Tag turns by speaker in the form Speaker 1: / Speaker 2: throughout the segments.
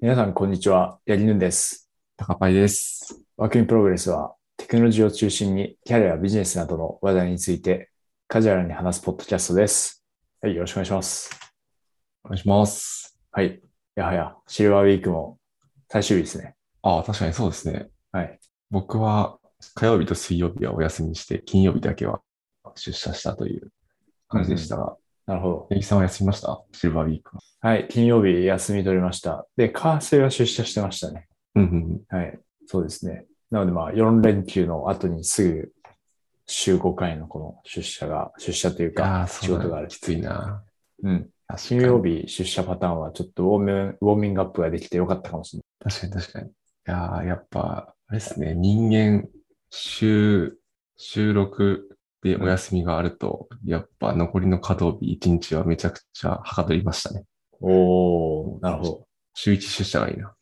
Speaker 1: 皆さん、こんにちは。ヤギヌンです。
Speaker 2: 高パイです。
Speaker 1: ワークインプログレスは、テクノロジーを中心に、キャリアやビジネスなどの話題について、カジュアルに話すポッドキャストです。はい、よろしくお願いします。
Speaker 2: お願いします。
Speaker 1: はい。いやはや、シルバーウィークも最終日ですね。
Speaker 2: ああ、確かにそうですね。
Speaker 1: はい。
Speaker 2: 僕は火曜日と水曜日はお休みして、金曜日だけは出社したという感じでしたが、
Speaker 1: なるほど。
Speaker 2: 八木さんは休みましたシルバーウィークは。
Speaker 1: はい。金曜日休み取りました。で、カーセイは出社してましたね。
Speaker 2: うんうん
Speaker 1: はい。そうですね。なので、まあ、4連休の後にすぐ、週5回のこの出社が、出社という
Speaker 2: うん。あ
Speaker 1: か
Speaker 2: あ、、
Speaker 1: 仕
Speaker 2: そう
Speaker 1: 事
Speaker 2: だ
Speaker 1: があ
Speaker 2: ね
Speaker 1: る。
Speaker 2: きついな。
Speaker 1: うん。
Speaker 2: 確か
Speaker 1: 金
Speaker 2: に。
Speaker 1: 曜日出社パターンはちょっとウォームウォーミングアップができてよかったかもしれない。
Speaker 2: 確かに確かに。いやーやっぱ、あれですね、人間、週、収録でお休みがあると、やっぱ残りの稼働日1日はめちゃくちゃはかどりましたね。
Speaker 1: おおなるほど。
Speaker 2: 週1出社がいいな。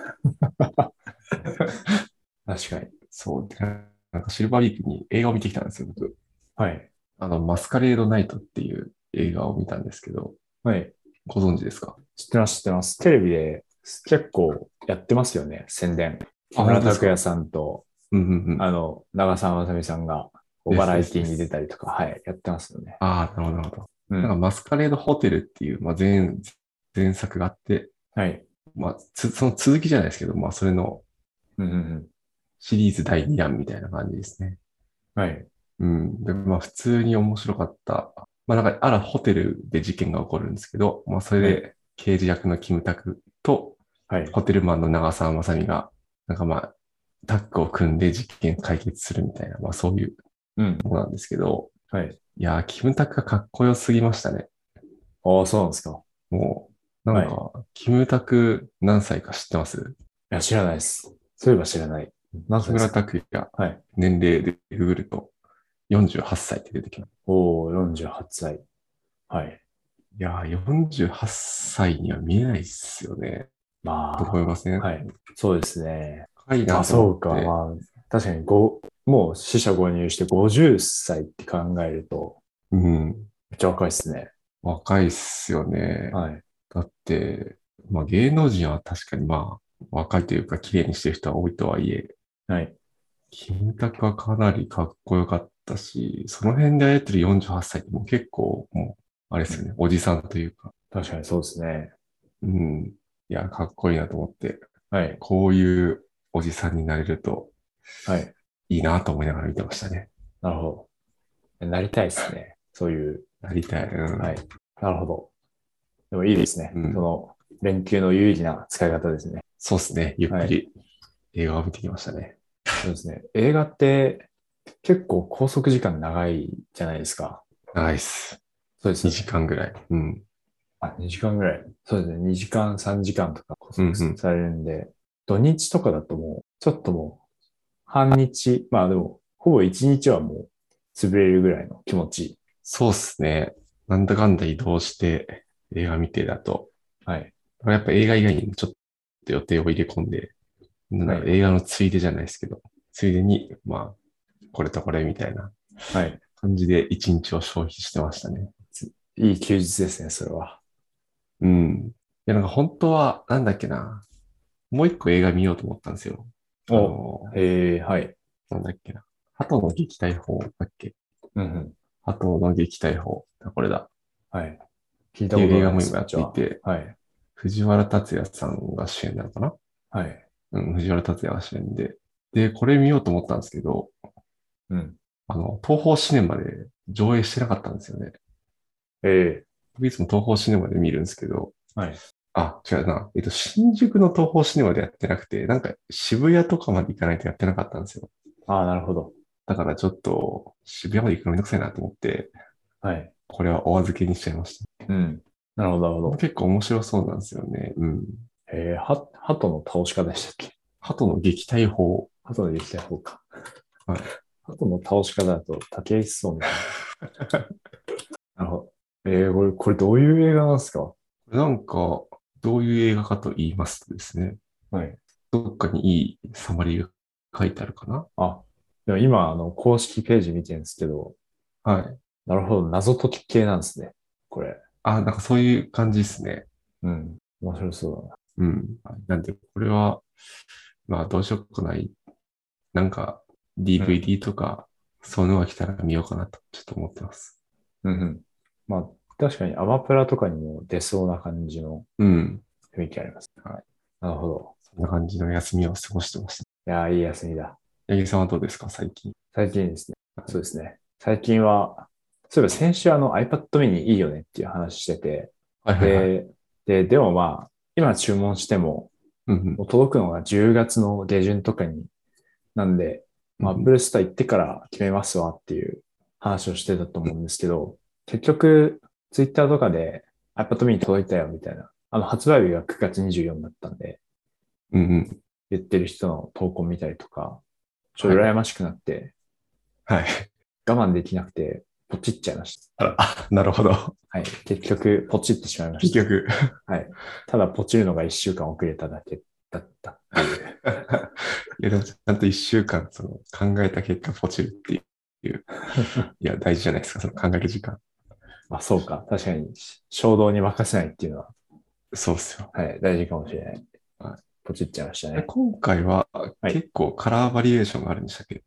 Speaker 1: 確かに。
Speaker 2: そう。てかなんかシルバーウィークに映画を見てきたんですよ、僕。
Speaker 1: はい。
Speaker 2: あの、マスカレードナイトっていう映画を見たんですけど、
Speaker 1: はい。
Speaker 2: ご存知ですか
Speaker 1: 知ってます、知ってます。テレビで結構やってますよね、宣伝。木
Speaker 2: あ
Speaker 1: 村
Speaker 2: 本当です
Speaker 1: 拓
Speaker 2: か
Speaker 1: 哉さんと、
Speaker 2: うんうんうん。あ
Speaker 1: あの、長澤まさみさんが、こう
Speaker 2: です
Speaker 1: バラエティに出たりとか、はい、やってますよね。
Speaker 2: あー、なるほど、なるほど。
Speaker 1: う
Speaker 2: なんか
Speaker 1: ん。
Speaker 2: マスカレードホテルっていう、まあ、前、前作があって、
Speaker 1: はい。
Speaker 2: まあ、つその続きじゃないですけど、まあ、それの
Speaker 1: うんうんうん。
Speaker 2: シリーズ第2弾みたいな感じですね。
Speaker 1: はい。
Speaker 2: うん。で、まあ、普通に面白かった。まあ、なんか、あら、ホテルで事件が起こるんですけど、まあ、それで、刑事役のキムタクと、
Speaker 1: はい。
Speaker 2: ホテルマンの長澤まさみが、なんかまあ、タッグを組んで実験解決するみたいな、まあそういう
Speaker 1: うん。
Speaker 2: ものなんですけど、
Speaker 1: はい。
Speaker 2: いやー、キムタクがかっこよすぎましたね。
Speaker 1: ああ、そうなんですか。
Speaker 2: もう、なんか、キムタク何歳か知ってます
Speaker 1: いや、知らないです。そういえば知らない。何
Speaker 2: 木
Speaker 1: 歳で
Speaker 2: 村
Speaker 1: すか
Speaker 2: 拓哉、
Speaker 1: はい
Speaker 2: 年齢でググると48歳って出てきます。
Speaker 1: おお48歳。はい。
Speaker 2: いやー、48歳には見えないっすよね。
Speaker 1: ま
Speaker 2: と
Speaker 1: あ、
Speaker 2: 思いません、
Speaker 1: はい。そうですね。
Speaker 2: 若い
Speaker 1: あ、
Speaker 2: なと
Speaker 1: そ
Speaker 2: 思っ
Speaker 1: う
Speaker 2: て。
Speaker 1: か。まあ、確かにご、もう死者購入して50歳って考えると、
Speaker 2: うん。
Speaker 1: めっちゃ若いですね。
Speaker 2: 若いっすよね。
Speaker 1: はい。
Speaker 2: だって、まあ芸能人は確かにまあ若いというか綺麗にしてる人は多いとはいえ、
Speaker 1: はい。
Speaker 2: キムタクはかなりかっこよかったし、その辺でやってる48歳ってもう結構もう、あれですよね、おじさんというか、
Speaker 1: 確かにそうですね。
Speaker 2: うん。いや、かっこいいなと思って、
Speaker 1: はい。
Speaker 2: こういうおじさんになれると
Speaker 1: はい。
Speaker 2: いいなと思いながら見てましたね。
Speaker 1: なるほど。なりたいですね。そういう。
Speaker 2: なりたい。うん
Speaker 1: はい。なるほど。でもいいですね。
Speaker 2: うん
Speaker 1: その、連休の有意義な使い方ですね。
Speaker 2: そうですね、ゆっくり映画を見てきましたね。
Speaker 1: そうですね。映画って、結構拘束時間長いじゃないですか。
Speaker 2: ナイス。
Speaker 1: そうです
Speaker 2: 2
Speaker 1: ね。
Speaker 2: 時間ぐらい。うん。
Speaker 1: あ、2時間ぐらい。そうですね。2時間、3時間とか
Speaker 2: うんうん
Speaker 1: 拘束されるんで、土日とかだともう、ちょっともう、半日、まあでも、ほぼ1日はもう、潰れるぐらいの気持ち。
Speaker 2: そうっすね。なんだかんだ移動して映画見てだと、
Speaker 1: はい。
Speaker 2: やっぱ映画以外にもちょっと予定を入れ込んで、なんだろう映画のついでじゃないですけど、ついでに、まあ、これとこれみたいな
Speaker 1: はい。
Speaker 2: 感じで一日を消費してましたね。
Speaker 1: いい休日ですね、それは。
Speaker 2: うん。いや、なんか本当は、なんだっけな。もう一個映画見ようと思ったんですよ。あ
Speaker 1: お、
Speaker 2: の
Speaker 1: えー、はい。
Speaker 2: なんだっけな。鳩の撃退法だっけ
Speaker 1: うんうん。
Speaker 2: 鳩の撃退法。これだ。
Speaker 1: はい。聞い
Speaker 2: って
Speaker 1: たこ
Speaker 2: い
Speaker 1: と
Speaker 2: う映
Speaker 1: な
Speaker 2: 画
Speaker 1: い
Speaker 2: も
Speaker 1: で
Speaker 2: 今
Speaker 1: す
Speaker 2: やっ
Speaker 1: こ
Speaker 2: てい
Speaker 1: っち
Speaker 2: て、
Speaker 1: ははい。
Speaker 2: 藤原達也さんが主演なのかな
Speaker 1: はい。
Speaker 2: うん、藤原達也が主演で。で、これ見ようと思ったんですけど、
Speaker 1: うん。
Speaker 2: あの、東方シネマで上映してなかったんですよね。
Speaker 1: え
Speaker 2: 僕いつも東方シネマで見るんですけど、
Speaker 1: ー、はい。
Speaker 2: あ、違うな。えっと、新宿の東方シネマでやってなくて、なんか渋谷とかまで行かないとやってなかったんですよ。
Speaker 1: ああ、なるほど。
Speaker 2: だからちょっと渋谷まで行くのめんどくさいなと思って、
Speaker 1: はい。
Speaker 2: これはお預けにしちゃいまし
Speaker 1: うん。なるほど、なるほ
Speaker 2: た。
Speaker 1: ど。
Speaker 2: 結構面白そうなんですよね。うん。
Speaker 1: えー、は、鳩の倒し方でしたっけ
Speaker 2: 鳩の撃退法。
Speaker 1: 鳩の撃退法か。
Speaker 2: はい。
Speaker 1: 鳩の倒し方だと竹内 そうみたいな。なるほど。えー、これ、これどういう映画なんですか
Speaker 2: なんか、どういう映画かと言いますとですね、
Speaker 1: はい。
Speaker 2: どっかにいいサマリーが書いてあるかな
Speaker 1: あ、でも今、あの、公式ページ見てるんですけど、
Speaker 2: はい。
Speaker 1: なるほど、謎解き系なんですね。これ。
Speaker 2: あ、なんかそういう感じですね。
Speaker 1: うん。面白そうだな。
Speaker 2: うん。なんで、これは、まあ、どうしようかない。なんか、DVD とか、そういうのが来たら見ようかなと、ちょっと思ってます。
Speaker 1: うんうん。まあ、確かにアマプラとかにも出そうな感じの
Speaker 2: うん。
Speaker 1: 雰囲気あります。
Speaker 2: はい。
Speaker 1: なるほど。
Speaker 2: そんな感じの休みを過ごしてました。
Speaker 1: いやー、いい休みだ。
Speaker 2: 八木さんはどうですか、最近。
Speaker 1: 最近ですね。そうですね。最近は、そういえば先週あの iPad mini いいよねっていう話してて、
Speaker 2: はいはいはい。
Speaker 1: で、で、でもまあ、今注文しても、
Speaker 2: うんうん
Speaker 1: もう届くのが10月の下旬とかに、なんで、まあ、アップルスター行ってから決めますわっていう話をしてたと思うんですけど、結局、ツイッターとかで iPad mini 届いたよみたいな、あの、発売日が9月24だったんで、
Speaker 2: うんうん。
Speaker 1: 言ってる人の投稿見たりとか、ちょっと羨ましくなって、
Speaker 2: はい。
Speaker 1: 我慢できなくて、ポチっちゃいました。
Speaker 2: あら、あなるほど。
Speaker 1: はい。結局、ポチってしまいまし
Speaker 2: 結
Speaker 1: た。
Speaker 2: 局。
Speaker 1: ただ、ポチるのが1週間遅れただけだった。
Speaker 2: いや、でもちゃんと一週間、その、考えた結果、ポチるっていう。いや、大事じゃないですか、その考える時間。
Speaker 1: まあ、そうか。確かに、衝動に任せないっていうのは、
Speaker 2: そうっすよ。
Speaker 1: はい、大事かもしれない。
Speaker 2: は
Speaker 1: ポチっちゃいましたね。
Speaker 2: 今回は、
Speaker 1: い
Speaker 2: 結構カラーバリエーションがあるんでしたっけ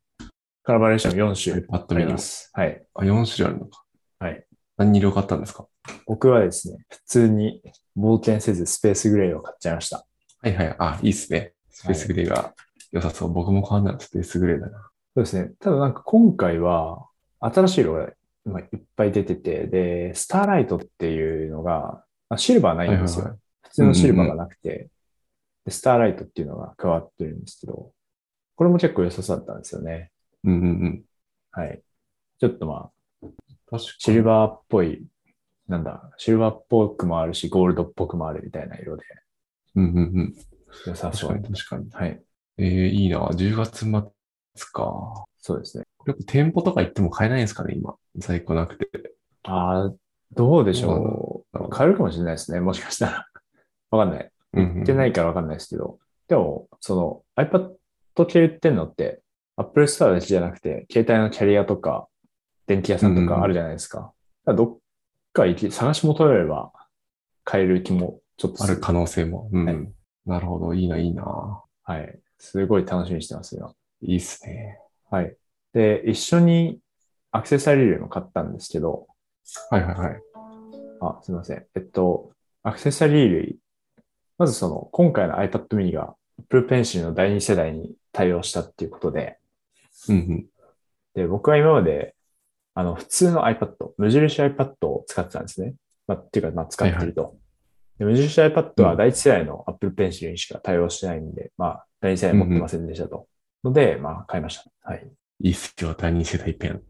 Speaker 1: カラーバリエーション4
Speaker 2: iPad
Speaker 1: 種
Speaker 2: mini
Speaker 1: あります。はい。
Speaker 2: あ、4種類あるのか。
Speaker 1: はい。
Speaker 2: 何色買ったんですか
Speaker 1: 僕はですね、普通に冒険せずスペースグレーを買っちゃいました。
Speaker 2: はいはい。あ、いいっすね。スペースグレーが良さそう。僕も買うならスペースグレーだな。
Speaker 1: そうですね。ただなんか今回は、新しい色が今いっぱい出てて、で、スターライトっていうのが、あシルバーないんですよ。
Speaker 2: はいはいは
Speaker 1: 普通のシルバーがなくて、でスターライトっていうのが加わってるんですけど、これも結構良さそうだったんですよね。
Speaker 2: うんうんうん。
Speaker 1: はい。ちょっとまあ、
Speaker 2: 確か
Speaker 1: シルバーっぽい、なんだ、シルバーっぽくもあるし、ゴールドっぽくもあるみたいな色で、
Speaker 2: うんうんうん。
Speaker 1: 良さ
Speaker 2: 確
Speaker 1: そ
Speaker 2: か
Speaker 1: う
Speaker 2: に。確かに。
Speaker 1: はい。
Speaker 2: えー、いいな。10月末か。
Speaker 1: そうですね。
Speaker 2: よく店舗とか行っても買えないんですかね、今。在庫なくて。
Speaker 1: ああ、どうでしょ
Speaker 2: ょ
Speaker 1: う。変えるかもしれないですね。もしかしたら。わかんない。
Speaker 2: う。。
Speaker 1: 売ってないいからわかんないですけど。でも、その iPad 系売ってんのって、Apple Store だけじゃなくて、携帯のキャリアとか、電気屋さんとかあるじゃないですか。だからどっか行き、探し求めれば買える気もちょっと
Speaker 2: あ
Speaker 1: す
Speaker 2: る可能性も。うん。
Speaker 1: はい
Speaker 2: なるほど。いいな、いいな。
Speaker 1: はい。すごい楽しみにしてますよ。
Speaker 2: いいっすね。
Speaker 1: はい。で、一緒にアクセサリー類も買ったんですけど、
Speaker 2: はいはいはい。
Speaker 1: あ、すいません。えっと、アクセサリー類、まずその、今回の iPad mini が Apple Pencil の第二世代に対応したっていうことで、
Speaker 2: うんうん。
Speaker 1: で、僕は今まで、あの、普通の iPad、無印 iPad を使ってたんですね。まあ、っていうか、まあ、使ってると。で無印 iPad は第一世代の Apple Pencil にしか対応してないんで、まあ、第二世代持ってませんでしたと。ので、まあ、買いました。はい。
Speaker 2: いいっすよ。第二世代ペン。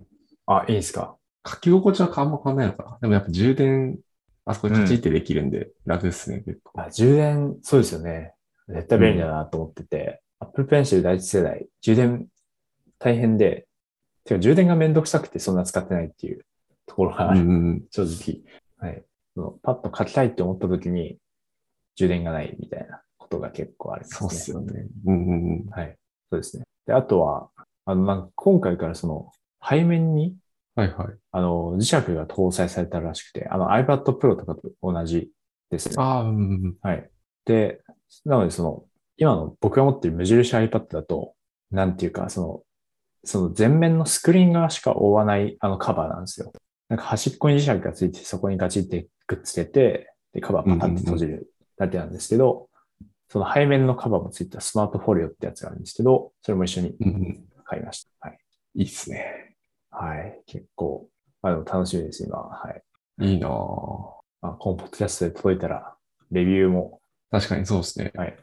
Speaker 1: あ、いいですか。
Speaker 2: 書き心地はあんま変わんないのかな。でもやっぱ充電、あそこでカチってできるんで、楽ですね、結構。
Speaker 1: あ充電、そうですよね。絶対便利だなと思ってて、Apple Pencil 第一世代、充電大変で、てか充電がめんどくさくてそんな使ってないっていうところが、
Speaker 2: うんうんうん。
Speaker 1: 正直。はい。そのパッと書きたいって思った時に、充電がないみたいなことが結構ありますね。
Speaker 2: そうっすよね。うんうんうん。
Speaker 1: はい。そうですね。で、あとは、あの、なんか今回からその、背面に、
Speaker 2: はいはい。
Speaker 1: あの、磁石が搭載されたらしくて、あの iPad Pro とかと同じですね。
Speaker 2: ああ、うんうんうん。
Speaker 1: はい。で、なのでその、今の僕が持ってる無印 iPad だと、なんていうか、その、その前面のスクリーン側しか覆わないあのカバーなんですよ。なんか端っこに磁石がついて、そこにガチってくっつけて、で、カバーパタンって閉じるだけなんですけど、その背面のカバーもついたスマートフォリオってやつがあるんですけど、それも一緒に
Speaker 2: うんうん。
Speaker 1: 買いました。はい。
Speaker 2: いいっすね。
Speaker 1: はい。結構、まあでも楽しみです、今。はい。
Speaker 2: いいなぁ
Speaker 1: まあ、このポッドキャストで届いたら、レビューも、
Speaker 2: 確かにそうですね。
Speaker 1: はい。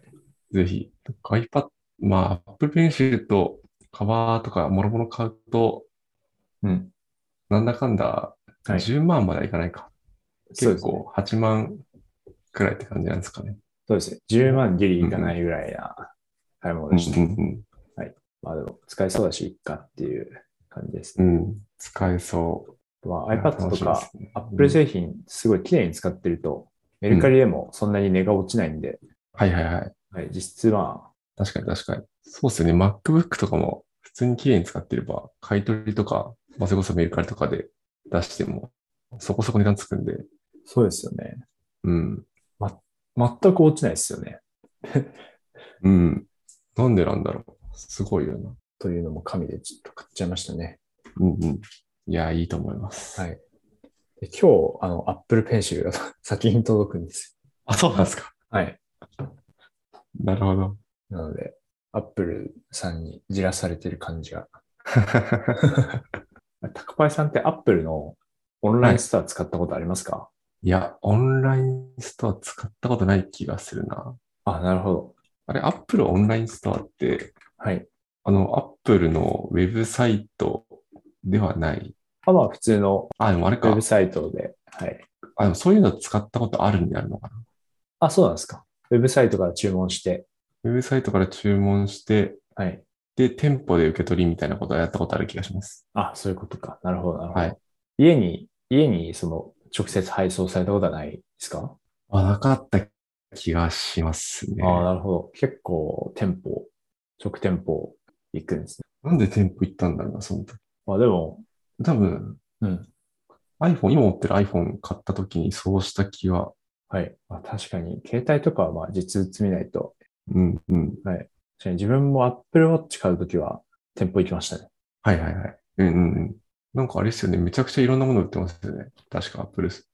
Speaker 2: ぜひ。iPad、まあ、Apple Pencil とカバーとかもろもろ買うと、
Speaker 1: うん。
Speaker 2: なんだかんだ
Speaker 1: はい
Speaker 2: 10万まではいかないか。
Speaker 1: そう
Speaker 2: 結
Speaker 1: ですね
Speaker 2: 構8万くらいって感じなんですかね。
Speaker 1: そうですね。10万ギリいかないぐらいな買い物
Speaker 2: うん
Speaker 1: でした。
Speaker 2: うん
Speaker 1: まあでも、使えそうだし、いっかっていう感じです
Speaker 2: う
Speaker 1: ね。
Speaker 2: んうん使えそう。
Speaker 1: まあ、
Speaker 2: いや
Speaker 1: iPad
Speaker 2: 楽
Speaker 1: と
Speaker 2: しみで
Speaker 1: か
Speaker 2: すね
Speaker 1: Apple 製品、すごい綺麗に使ってると、メルカリでもそんなに値が落ちないんで、
Speaker 2: はいはいはい。
Speaker 1: はい、実質は、
Speaker 2: 確かに確かに。そうですよね。MacBook とかも普通に綺麗に使ってれば、買い取りとか、まあ、それこそメルカリとかで出しても、そこそこ値段つくんで、
Speaker 1: そうですよね。
Speaker 2: うん。
Speaker 1: 全く落ちないですよね。
Speaker 2: うん。なんでなんだろう。すごいよな。
Speaker 1: というのも神でちょっと買っちゃいましたね。
Speaker 2: うんうん。いや、いいと思います。
Speaker 1: はい。で今日、あの、Apple Pencil が 先に届くんです
Speaker 2: あ、そうなんですか。
Speaker 1: よ。はい。
Speaker 2: なるほど。
Speaker 1: なので、Apple さんにじらされてる感 じが。高林さんって Apple のオンラインストア使ったことありますか、
Speaker 2: いや、オンラインストア使ったことない気がするな。
Speaker 1: あ、なるほど。
Speaker 2: あれ、Apple オンラインストアって、
Speaker 1: はい。
Speaker 2: あの、Apple のウェブサイトではない。
Speaker 1: あまあ、普通の
Speaker 2: あ、でもあれ
Speaker 1: ウェ
Speaker 2: か
Speaker 1: ブ。サイトで、はい。
Speaker 2: あ、でもそういうの使ったことあるになるのかな。
Speaker 1: あ、そうなんですか。ウェブサイトから注文して、
Speaker 2: ウェブサイトから注文して、
Speaker 1: はい。
Speaker 2: で、店舗で受け取りみたいなことをやったことある気がします。
Speaker 1: あ、そういうことか。なるほど、なるほど。
Speaker 2: はい
Speaker 1: 家に、家にその直接配送されたことはないですか、
Speaker 2: あ、なかった気がしますね。
Speaker 1: ああ、なるほど。結構店舗、直店舗行くんですね。
Speaker 2: なんで店舗行ったんだろうな、その時。
Speaker 1: まあでも、
Speaker 2: 多分、
Speaker 1: うん。
Speaker 2: iPhone、今持ってる iPhone 買った時にそうした気は、
Speaker 1: はい。まあ、確かに、携帯とかはまあ実物見ないと。
Speaker 2: うん、うん。
Speaker 1: 確かに自分も Apple Watch 買うときは店舗行きましたね。
Speaker 2: はいはいはい。うんうんうん。なんかあれですよね。めちゃくちゃいろんなもの売ってますよね。確かアップルス。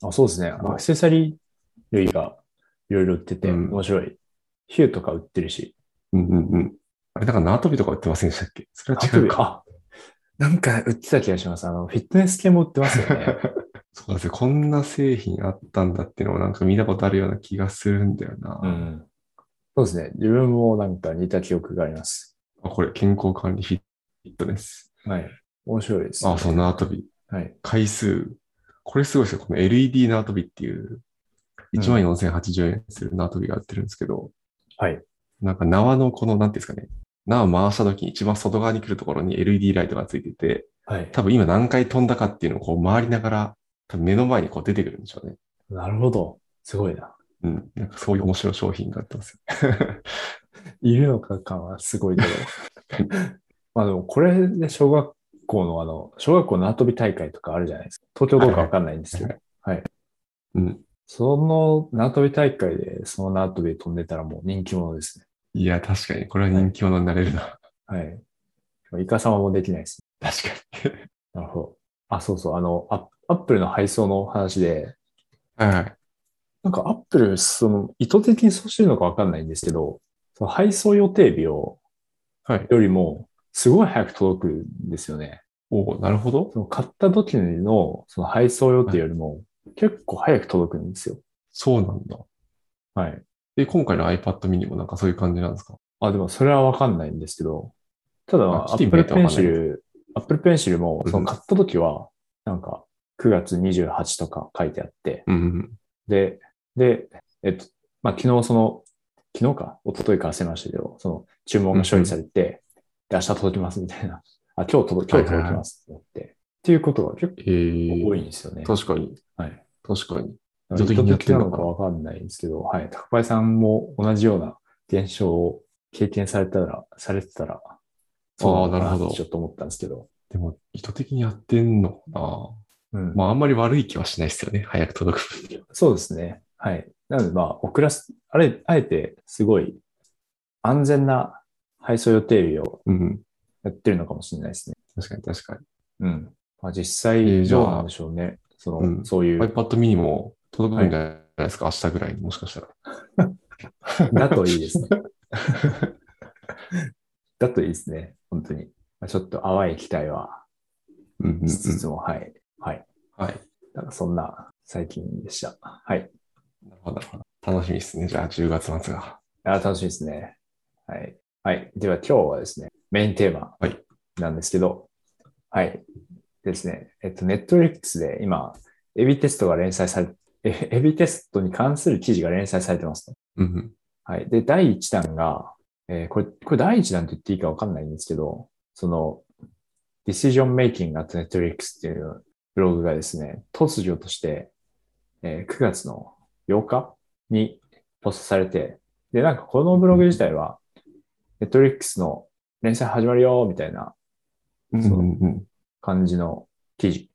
Speaker 1: あ、そうですね。あのアクセサリー類がいろいろ売ってて
Speaker 2: うん
Speaker 1: 面白い。ヒューとか売ってるし。
Speaker 2: うんうんうん。あれ、なんか縄跳びとか売ってませんでしたっけそれは違うか。
Speaker 1: あ、なんか売ってた気がします。あの、フィットネス系も売ってますよね。
Speaker 2: そうなんですよ。こんな製品あったんだっていうのをなんか見たことあるような気がするんだよな。
Speaker 1: ん。そうですね。自分もなんか似た記憶があります。
Speaker 2: あこれ、健康管理フィットネス。
Speaker 1: はい。面白いです、
Speaker 2: あ、そう、縄跳び。
Speaker 1: はい。
Speaker 2: 回数。これすごいですよ。この LED 縄跳びっていう、
Speaker 1: うん
Speaker 2: 14,080円する縄跳びが売ってるんですけど、
Speaker 1: はい。
Speaker 2: なんか縄のこの、なんていうんですかね、縄を回した時に一番外側に来るところに LED ライトがついてて、
Speaker 1: はい。
Speaker 2: 多分今何回飛んだかっていうのをこう回りながら、多分目の前にこう出てくるんでしょうね。
Speaker 1: なるほど。すごいな。
Speaker 2: うん。なんかそういう面白い商品があってますよ。
Speaker 1: いるのか感はすごいけど。 まあでも、これで小学校のあの、小学校縄跳び大会とかあるじゃないですか。東京どうかわかんないんですけど。
Speaker 2: うん。
Speaker 1: その縄跳び大会で、その縄跳びで飛んでたらもう人気者ですね。
Speaker 2: いや、確かにこれは人気者になれるな。
Speaker 1: はい。イカ様もできないです。
Speaker 2: 確かに。
Speaker 1: なるほど。あ、そうそう。あの、アアップルの配送の話で、
Speaker 2: はいはい。
Speaker 1: なんかアップル、その、意図的にそうしてるのかわかんないんですけど、その配送予定日を、
Speaker 2: はい。
Speaker 1: よりも、すごい早く届くんですよね。
Speaker 2: おおなるほど。
Speaker 1: その買った時の、その配送予定よりも、結構早く届くんですよ。
Speaker 2: そうなんだ。
Speaker 1: はい。
Speaker 2: で、今回の iPad mini もなんかそういう感じなんですか
Speaker 1: あ、でもそれはわかんないんですけど、ただ、
Speaker 2: あ
Speaker 1: ア
Speaker 2: ちょっと
Speaker 1: ッ
Speaker 2: イ
Speaker 1: プ
Speaker 2: メー
Speaker 1: ル
Speaker 2: ジ
Speaker 1: ペ
Speaker 2: わかん
Speaker 1: ン
Speaker 2: ない
Speaker 1: シル、アップルペンシルも、
Speaker 2: うん
Speaker 1: その買った時は、なんか、9月28とか書いてあって、
Speaker 2: うんうん。
Speaker 1: で、で、えっと、まあ、昨日その、昨日か、一昨日か忘れましたけど、その注文が処理されて、で、明日届きますみたいな。あ、今日届き、今日届きますって思って。っていうことが結
Speaker 2: えー
Speaker 1: 構多いんですよね。
Speaker 2: 確かに。
Speaker 1: はい。
Speaker 2: 確かに。
Speaker 1: 意
Speaker 2: 意図
Speaker 1: 図
Speaker 2: 的にやっ
Speaker 1: 的
Speaker 2: て
Speaker 1: なんの
Speaker 2: のか
Speaker 1: か
Speaker 2: な
Speaker 1: わかんないんですけど、はい。高林さんも同じような現象を経験されたら、されてたら、そうのか
Speaker 2: なるほど
Speaker 1: ってちょっと思ったんですけど。
Speaker 2: でも、意図的にやってんのかな
Speaker 1: うん。
Speaker 2: まあ、あんまり悪い気はしないですよね。早く届く分には。
Speaker 1: そうですね。はい。なので、まあ、遅らす、あれ、あえて、すごい、安全な配送予定日を
Speaker 2: うん。
Speaker 1: やってるのかもしれないですね。
Speaker 2: 確かに、確か
Speaker 1: うん。まあ、実
Speaker 2: えー
Speaker 1: 際、
Speaker 2: じゃあ
Speaker 1: どうなんでしょうね。その、
Speaker 2: うん
Speaker 1: そうい
Speaker 2: に。
Speaker 1: う、
Speaker 2: iPad mini も届くんじゃないですか、明日ぐらいに、もしかしたら。
Speaker 1: だといいですね。 だといいですね。本当に。まあ、ちょっと淡い期待は
Speaker 2: うんうんうん
Speaker 1: しつつも、はい。はい。
Speaker 2: はい。
Speaker 1: なんかそんな最近でした。はい。
Speaker 2: なるほど、なるほど。楽しみですね。じゃあ、10月末が。
Speaker 1: あ楽しいですね。はい。はい。では今日はですね、メインテーマ
Speaker 2: はい
Speaker 1: なんですけど、はい。ですね、えっと、ネットフリックスで今、エビテストが連載され、えエビテストに関する記事が連載されてますと。
Speaker 2: うんうん。
Speaker 1: はい。で、第1弾が、えーこれ、これ第1弾と言っていいかわかんないんですけど、その、ディシジョンメイキング at Netflix っていうブログがですね、突如として、えー9月の8日にポストされて、で、なんかこのブログ自体は、Netflix の連載始まるよ、みたいな
Speaker 2: うんうんうん。
Speaker 1: 感じの記事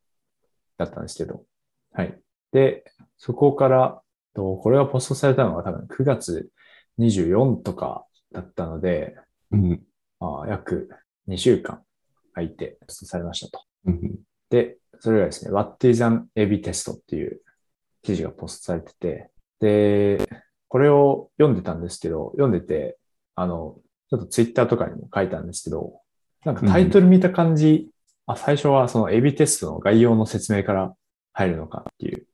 Speaker 1: だったんですけど。はい。で、そこから、とこれがポストされたのが多分9月24とかだったので、
Speaker 2: うん。
Speaker 1: あー約2週間空いて、テストされましたと。
Speaker 2: うん。
Speaker 1: で、それがですね、What is an AB test っていう記事がポストされてて、で、これを読んでたんですけど、読んでて、あの、ちょっとツイッターとかにも書いたんですけど、なんかタイトル見た感じ、あ最初はその AB テストの概要の説明から入るのかっていう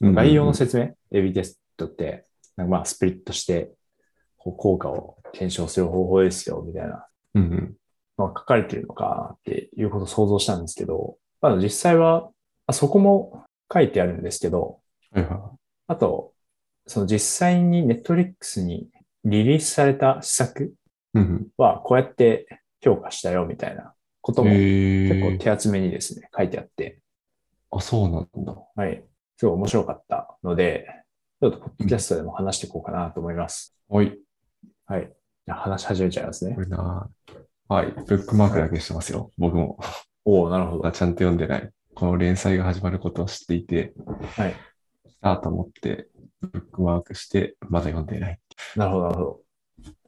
Speaker 2: うん
Speaker 1: 概要の説明、AB テストって、なんかまあスプリットして、こう効果を検証する方法ですよ、みたいな
Speaker 2: うんうん。
Speaker 1: のが書かれてるのかなっていうことを想像したんですけど、まあ、実際は、あそこも書いてあるんですけど、
Speaker 2: はいは
Speaker 1: あと、その実際に Netflix にリリースされた施策
Speaker 2: い。うん
Speaker 1: はこうやって評価したよみたいなこと
Speaker 2: うん。
Speaker 1: も
Speaker 2: え
Speaker 1: 結構手厚めにですね、書いてあって、
Speaker 2: あ、そうなんだ。
Speaker 1: はい、すごい面白かったので、ちょっとポッドキャストでも話していこうかなと思います。
Speaker 2: はい。
Speaker 1: はい。じゃあ話し始めちゃいますね
Speaker 2: こ。れな。はい。ブックマークだけしてますよ。僕も。
Speaker 1: おおなるほど。
Speaker 2: まだちゃんと読んでない。この連載が始まることを知っていて、
Speaker 1: はい。
Speaker 2: ああと思って、ブックマークして、まだ読んでない。
Speaker 1: なるほど、なるほど。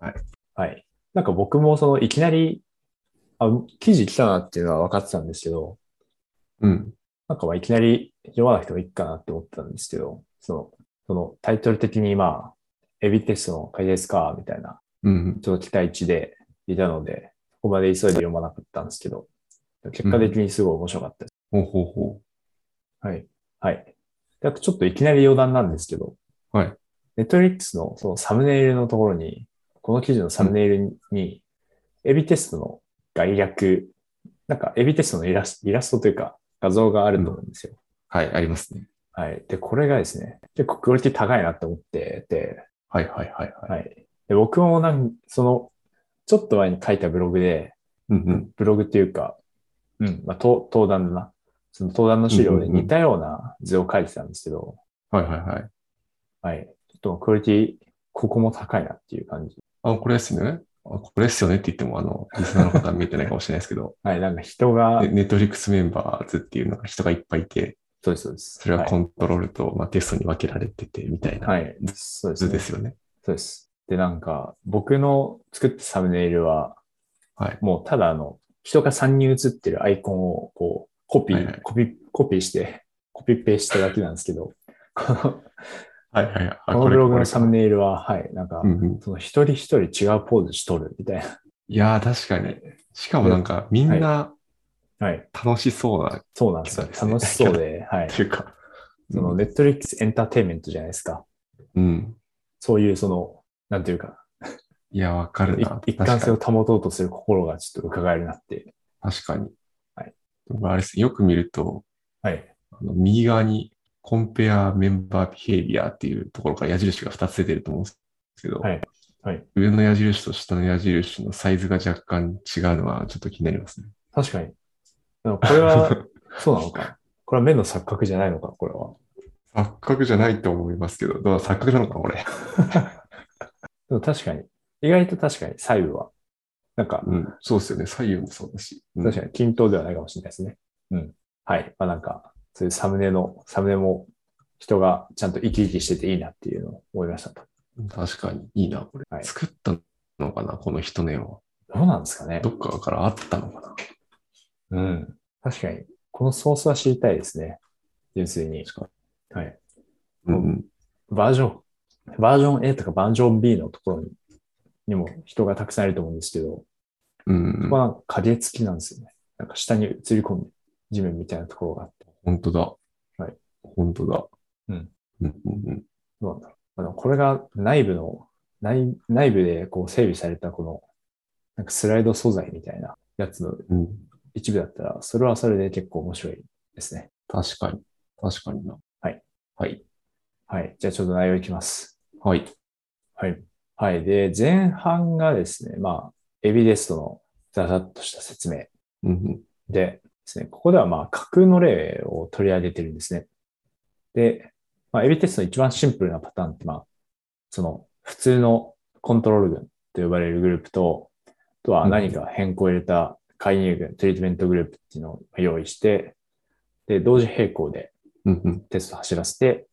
Speaker 2: はい。
Speaker 1: はい。なんか僕もそのいきなり、あ、記事来たなっていうのは分かってたんですけど、
Speaker 2: うん。
Speaker 1: なんかまあいきなり読まなくてもいいかなって思ってたんですけど、その、そのタイトル的にまあ、エビテストの解説か、みたいな、
Speaker 2: うん。
Speaker 1: ちょっと期待値でいたので、ここまで急いで読まなかったんですけど、結果的にすごい面白かったです。
Speaker 2: ほうほうほ
Speaker 1: はい。はい。なんかちょっといきなり余談なんですけど、
Speaker 2: う。はい。
Speaker 1: ネットフリックスのそのサムネイルのところに、この記事のサムネイルに、エビテストの概略、なんかエビテストのイラスイラストというか画像があると思うんですよ。
Speaker 2: はい、ありますね。
Speaker 1: はい。で、これがですね、結構クオリティ高いなって思ってて、
Speaker 2: はいはいはいはい。
Speaker 1: はい。で僕もなん、その、ちょっと前に書いたブログで、
Speaker 2: うん
Speaker 1: ブログっていうか、うん、まあ、登登壇だな。その登壇の資料で似たような図を書いてたんですけど、
Speaker 2: うん。はいはいはい。
Speaker 1: はい。ちょっとクオリティ、ここも高いなっていう感じ。
Speaker 2: あ、これですよね。あこれですよねって言っても、あの、リスナーの方は見えてないかもしれないですけど、
Speaker 1: はい。なんか人が
Speaker 2: ね、ネットフリックスメンバーズっていうのが人がいっぱいいて、
Speaker 1: そうです、そうです。
Speaker 2: それはコ
Speaker 1: い、
Speaker 2: ントロールと、まあ、テストに分けられてて、みたいな
Speaker 1: はい。そうです
Speaker 2: 図
Speaker 1: ね、
Speaker 2: ですよね。
Speaker 1: そうです。で、なんか、僕の作ったサムネイルは、
Speaker 2: はい
Speaker 1: もうただあの、人が3人写ってるアイコンを、こう、コピー、
Speaker 2: はいはい
Speaker 1: コピー、コピーして、コピペしただけなんですけ ど、この、
Speaker 2: はいはいはい。あ
Speaker 1: このブログのサム
Speaker 2: う
Speaker 1: ネイルは、はい、なんか、
Speaker 2: んうん。
Speaker 1: その一人一人違うポーズしとるみたい
Speaker 2: いやー、確かに。しかもなんか、みんな
Speaker 1: な。はい。
Speaker 2: 楽しそうな、
Speaker 1: そうなんですよ。
Speaker 2: そうですね
Speaker 1: 楽しそうで、 はい。
Speaker 2: というか、
Speaker 1: その、ネットリックスエンターテインメントじゃないですか。
Speaker 2: うん。
Speaker 1: そういう、その、なんていうか、
Speaker 2: いや、わかる
Speaker 1: い
Speaker 2: な。
Speaker 1: 一貫性を
Speaker 2: 確か
Speaker 1: 保とうとする心がちょっと伺えるなって。
Speaker 2: に。確かに。
Speaker 1: はい
Speaker 2: 僕あれですね、よく見ると、
Speaker 1: はい。
Speaker 2: あの右側に、コンペアメンバービヘイビアっていうところから矢印が2つ出てると思うんですけど、
Speaker 1: はいはい
Speaker 2: 上の矢印と下の矢印のサイズが若干違うのはちょっと気になりますね。
Speaker 1: 確かに。でもこれ は、そうなのか。これは目の錯覚じゃないのか、これは。
Speaker 2: 錯覚じゃないと思いますけど、どう錯覚なのかな、俺。
Speaker 1: でも確かに。意外と確かに左右は。なんか、
Speaker 2: うん、そうですよね。左右もそうだし。うん
Speaker 1: 確かに均等ではないかもしれないですね。うん。はい。まあなんか、そういうサムネの、サムネも人がちゃんと生き生きしてていいなっていうのを思いましたと。
Speaker 2: 確かに、いいな、これ。
Speaker 1: はい
Speaker 2: 作ったのかな、この人ねは。
Speaker 1: どうなんですかね
Speaker 2: ど。っかからあったのかな。
Speaker 1: うん。確かに。このソースは知りたいですね。純粋に。
Speaker 2: 確か
Speaker 1: はい。
Speaker 2: に。うん、
Speaker 1: バージョン、バージョン A とかバージョン B のところににも人がたくさんいると思うんですけど、
Speaker 2: うん、うん。
Speaker 1: まあ、影付きなんですよね。なんか下に映り込んで、地面みたいなところがあって。
Speaker 2: 本当だ。
Speaker 1: はい。
Speaker 2: 本当だ。
Speaker 1: うん。
Speaker 2: うん、うん、うん。
Speaker 1: どうなんだろう。まあ、でもこれが内部の、内内部でこう整備されたこの、なんかスライド素材みたいなやつの
Speaker 2: うん
Speaker 1: 一部だったら、それはそれで結構面白いですね。
Speaker 2: 確かに。確かにな。
Speaker 1: はい。
Speaker 2: はい。
Speaker 1: はい。じゃあちょっと内容いきます。
Speaker 2: はい。
Speaker 1: はい。はい。で、前半がですね、まあ、エビデストのざざっとした説明
Speaker 2: うんうん、
Speaker 1: でですね、ここではまあ架空の例を取り上げてるんですね。で、まあ、エビテストの一番シンプルなパターンって、まあ、その普通のコントロール群と呼ばれるグループと、あとは何か変更を入れた介入群、トリートメントグループっていうのを用意して、で、同時並行で
Speaker 2: うん、うん。
Speaker 1: テストを走らせて、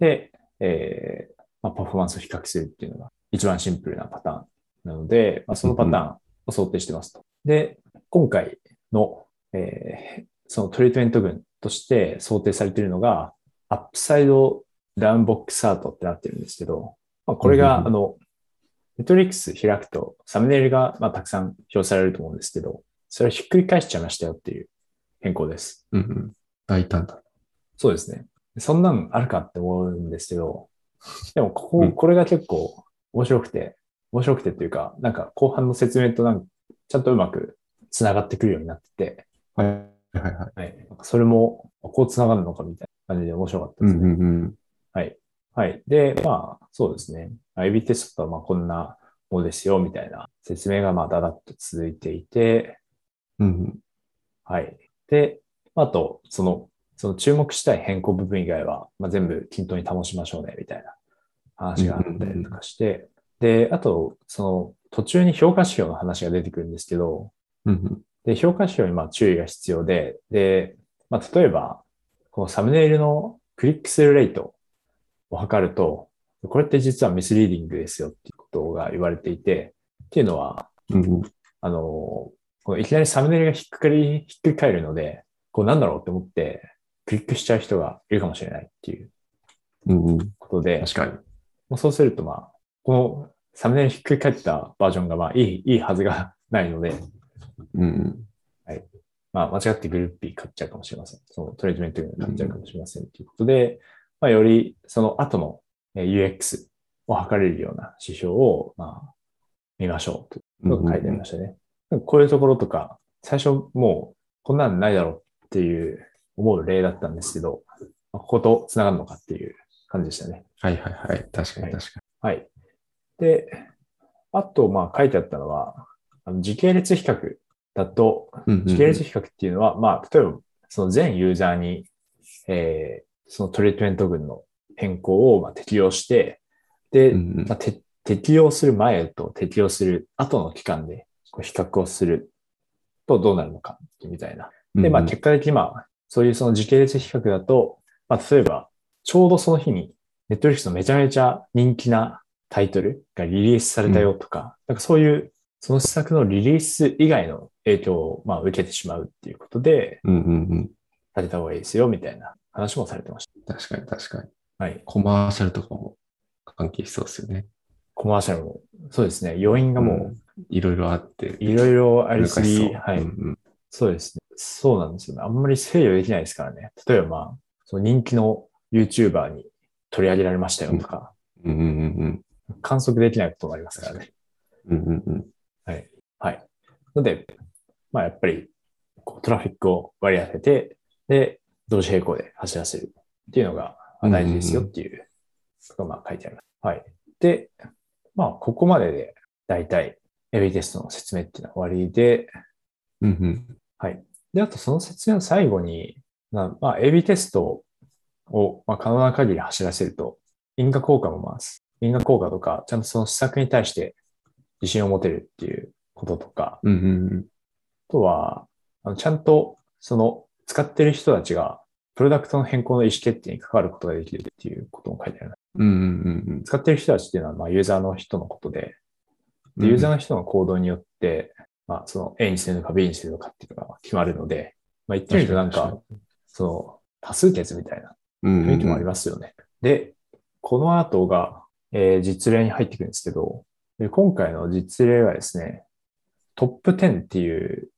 Speaker 1: で、えーまあ、パフォーマンスを比較するっていうのが一番シンプルなパターンなので、まあ、そのパターンを想定してますと。で、今回の、えーそのトリートメント群として想定されているのが、アップサイドダウンボックスアートってなってるんですけど、まあ、これ
Speaker 2: うんう
Speaker 1: が、
Speaker 2: ん
Speaker 1: あの、メトリックス開くとサムネイルが、まあ、たくさん表されると思うんですけど、それをひっくり返しちゃいましたよっていう変更です。
Speaker 2: うんうん。大胆だ。
Speaker 1: そうですね。そんなんあるかって思うんですけど、でもここ、
Speaker 2: うん
Speaker 1: これが結構面白くて、面白くてというか、なんか後半の説明となんかちゃんとうまく繋がってくるようになってて、
Speaker 2: はいはいはい。
Speaker 1: はい、それもこう繋がるのかみたいな感じで面白かった
Speaker 2: う
Speaker 1: で
Speaker 2: ん
Speaker 1: すね。
Speaker 2: うんうん。
Speaker 1: はい。はい。で、まあ、そうですね。まあエビテストとはまあこんなものですよ、みたいな説明がまあだだっと続いていて、
Speaker 2: うんうん。
Speaker 1: はい。で、あと、その、その注目したい変更部分以外は、まあ、全部均等に保ちましょうね、みたいな話があったりとかして、で、あと、その、途中に評価指標の話が出てくるんですけど、
Speaker 2: うんうん。
Speaker 1: で、評価指標にまあ注意が必要で、で、まあ、例えば、このサムネイルのクリックするレートを測ると、これって実はミスリーディングですよっていうことが言われていて、っていうのは、
Speaker 2: うんうん。
Speaker 1: あの、このいきなりサムネイルがひっくり、ひっくり返るので、こうなんだろうって思って、クリックしちゃう人がいるかもしれないっていう
Speaker 2: うんうん。
Speaker 1: ことで、
Speaker 2: 確かに。
Speaker 1: もうそうするとまあ、このサムネイルひっくり返ったバージョンがまあいい、いいはずがないので、
Speaker 2: うんうん。
Speaker 1: まあ間違ってグルーピー買っちゃうかもしれません。そのトリートメントが買っちゃうかもしれませんっていうことで、まあよりその後のえー UX を測れるような指標をまあ見ましょうと
Speaker 2: うん
Speaker 1: と
Speaker 2: うん
Speaker 1: か書いてありましたね。こういうところとか、最初もうこんなんないだろうっていう思う例だったんですけど、まあここと繋がるのかっていう感じでしたね。
Speaker 2: はいはいはい。確かに確か
Speaker 1: はい。で、あと、まあ書いてあったのは、あの時系列比較だと、
Speaker 2: に。うんうんうん
Speaker 1: 時系列比較っていうのは、まあ、例えば、その全ユーザーに、えーそのトリートメント群の変更をまあ適用して、で、
Speaker 2: うんうん
Speaker 1: まあ、て適用する前と適用する後の期間でこう比較をするとどうなるのかみたいな。で、まあ、結果的に、まあ、そういうその時系列比較だと、まあ、例えば、ちょうどその日に、ネットフリックスのめちゃめちゃ人気なタイトルがリリースされたよとか、なんかそういう、その施策のリリース以外の影響を、まあ、受けてしまうっていうことで、
Speaker 2: うんうんうん。
Speaker 1: 立てた方がいいですよ、みたいな話もされてまし
Speaker 2: 確かに確かに。
Speaker 1: た。はい。
Speaker 2: コマーシャルとかも関係しそうですよね。
Speaker 1: コマーシャルも、そうですね。要因がも
Speaker 2: いろいろあって
Speaker 1: う、、いろいろあり
Speaker 2: 難
Speaker 1: す
Speaker 2: しそう。
Speaker 1: ぎ、はい。
Speaker 2: うん
Speaker 1: そうですね。そうなんですよね。あんまり制御できないですからね。例えば、まあ、その人気の YouTuber に取り上げられましたよとか、
Speaker 2: うんうんうんうん
Speaker 1: 観測できないこともありますからね。
Speaker 2: うんうんうん。
Speaker 1: はい。ので、まあ、やっぱり、こうトラフィックを割り当てて、で、同時並行で走らせるっていうのがまあ大事ですよっていう、ことがまあ書いてあります。はい。で、まあ、ここまでで、だいたい、エビテストの説明っていうのは終わりで、
Speaker 2: うんうん。
Speaker 1: で、あとその説明の最後に、なまあ、AB テストを、まあ、可能な限り走らせると、因果効果も回す。因果効果とか、ちゃんとその施策に対して自信を持てるっていうこととか、
Speaker 2: うんうんうん。
Speaker 1: あとは、あのちゃんとその使ってる人たちが、プロダクトの変更の意思決定に関わることができるっていうことも書いてある。
Speaker 2: うんうんうん
Speaker 1: 使ってる人たちっていうのは、まあ、ユーザーの人のことで、
Speaker 2: うん。
Speaker 1: でユーザーの人の行動によって、まあ、その A にするのか B にするのかっていうのが決まるので、まあ、言ってみるとなんか、その多数決みたいな
Speaker 2: うんうんう
Speaker 1: 雰囲
Speaker 2: ん、
Speaker 1: 気もありますよね。で、この後が、えー実例に入ってくるんですけど、で今回の実例はですね、トップ10っていう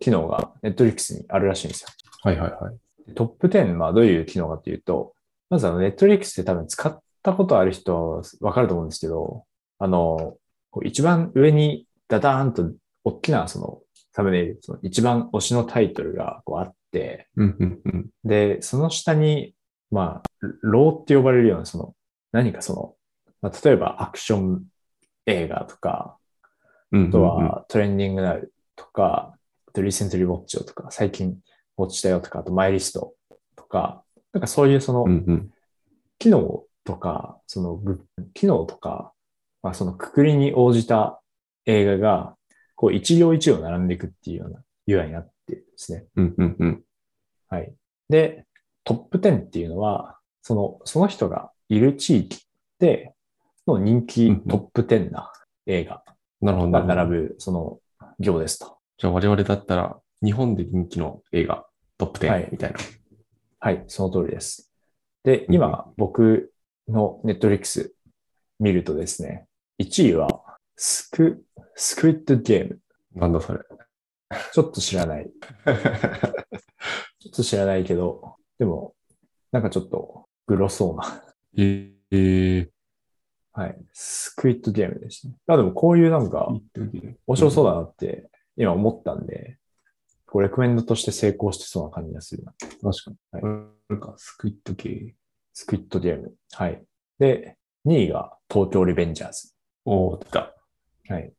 Speaker 1: 機能が Netflix にあるらしいんですよ。
Speaker 2: はいはいはい。
Speaker 1: トップ10、まあどういう機能かというと、まずあの Netflix って多分使ったことある人わかると思うんですけど、あの、こう一番上にダダーンと大きなそのサムネイル、その一番推しのタイトルがこうあって、
Speaker 2: うんうんうん。
Speaker 1: で、その下に、まあ、ローって呼ばれるような、その、何かその、まあ、例えばアクション映画とか、
Speaker 2: うんうんうん
Speaker 1: あと、はトレンディングなるとか、あとリセントリーウォッチをとか、最近ウォッチしたよとか、あとマイリストとか、なんかそういうその、
Speaker 2: うんうん。
Speaker 1: 機能とか、そのぶ、機能とか、まあ、そのくくりに応じた映画が、こう、一行一行並んでいくっていうような UI になってるんですね。
Speaker 2: うんうんうん。
Speaker 1: はい。で、トップ10っていうのは、その、その人がいる地域で、の人気
Speaker 2: うんうん
Speaker 1: トップ10な映画
Speaker 2: なるほど、な
Speaker 1: が
Speaker 2: るほど。
Speaker 1: 並ぶ、その行ですと。
Speaker 2: じゃあ我々だったら、日本で人気の映画、トップ
Speaker 1: はい
Speaker 2: 10みたいな。
Speaker 1: はい、その通りです。で、今、僕のネットフリックス見るとですね、1位はスク、スクイッドゲーム。
Speaker 2: なんだそれ。
Speaker 1: ちょっと知らない。ちょっと知らないけど、でも、なんかちょっと、グロそうな。
Speaker 2: えー、
Speaker 1: はい。スクイッドゲームですね。あ、でもこういうなんか、面白そうだなって、今思ったんで、こうレコメンドとして成功してそうな感じがするな。
Speaker 2: 確かに。
Speaker 1: はい
Speaker 2: これか、スクイット系。
Speaker 1: スクイッドゲーム。はい。で、2位が東京リベンジャーズ。
Speaker 2: おー、出た。
Speaker 1: はい。